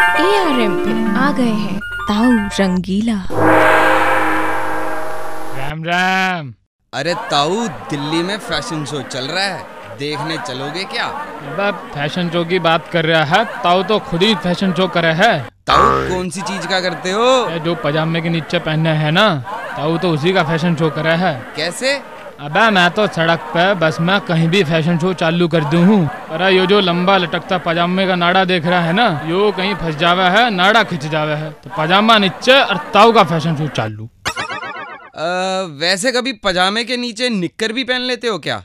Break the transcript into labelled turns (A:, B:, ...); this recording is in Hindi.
A: एक्वेरियम पे आ गए हैं ताऊ रंगीला
B: राम राम
C: अरे ताऊ दिल्ली में फैशन शो चल रहा है देखने चलोगे क्या
B: अब फैशन शो की बात कर रहा है ताऊ तो खुद ही फैशन शो करे है
C: ताऊ कौन सी चीज का करते हो
B: ये जो पजामे के नीचे पहने है ना ताऊ तो उसी का फैशन शो करे है
C: कैसे
B: अबे मैं तो सड़क पे बस मैं कहीं भी फैशन शो चालू कर दूं हूँ पर यो जो लंबा लटकता पजामे का नाड़ा देख रहा है ना यो कहीं फंस जावे है नाड़ा खिंच जावे है तो पजामा नीचे और ताऊ का फैशन शो चालू
C: अ, वैसे कभी पजामे के नीचे निक्कर भी पहन लेते हो क्या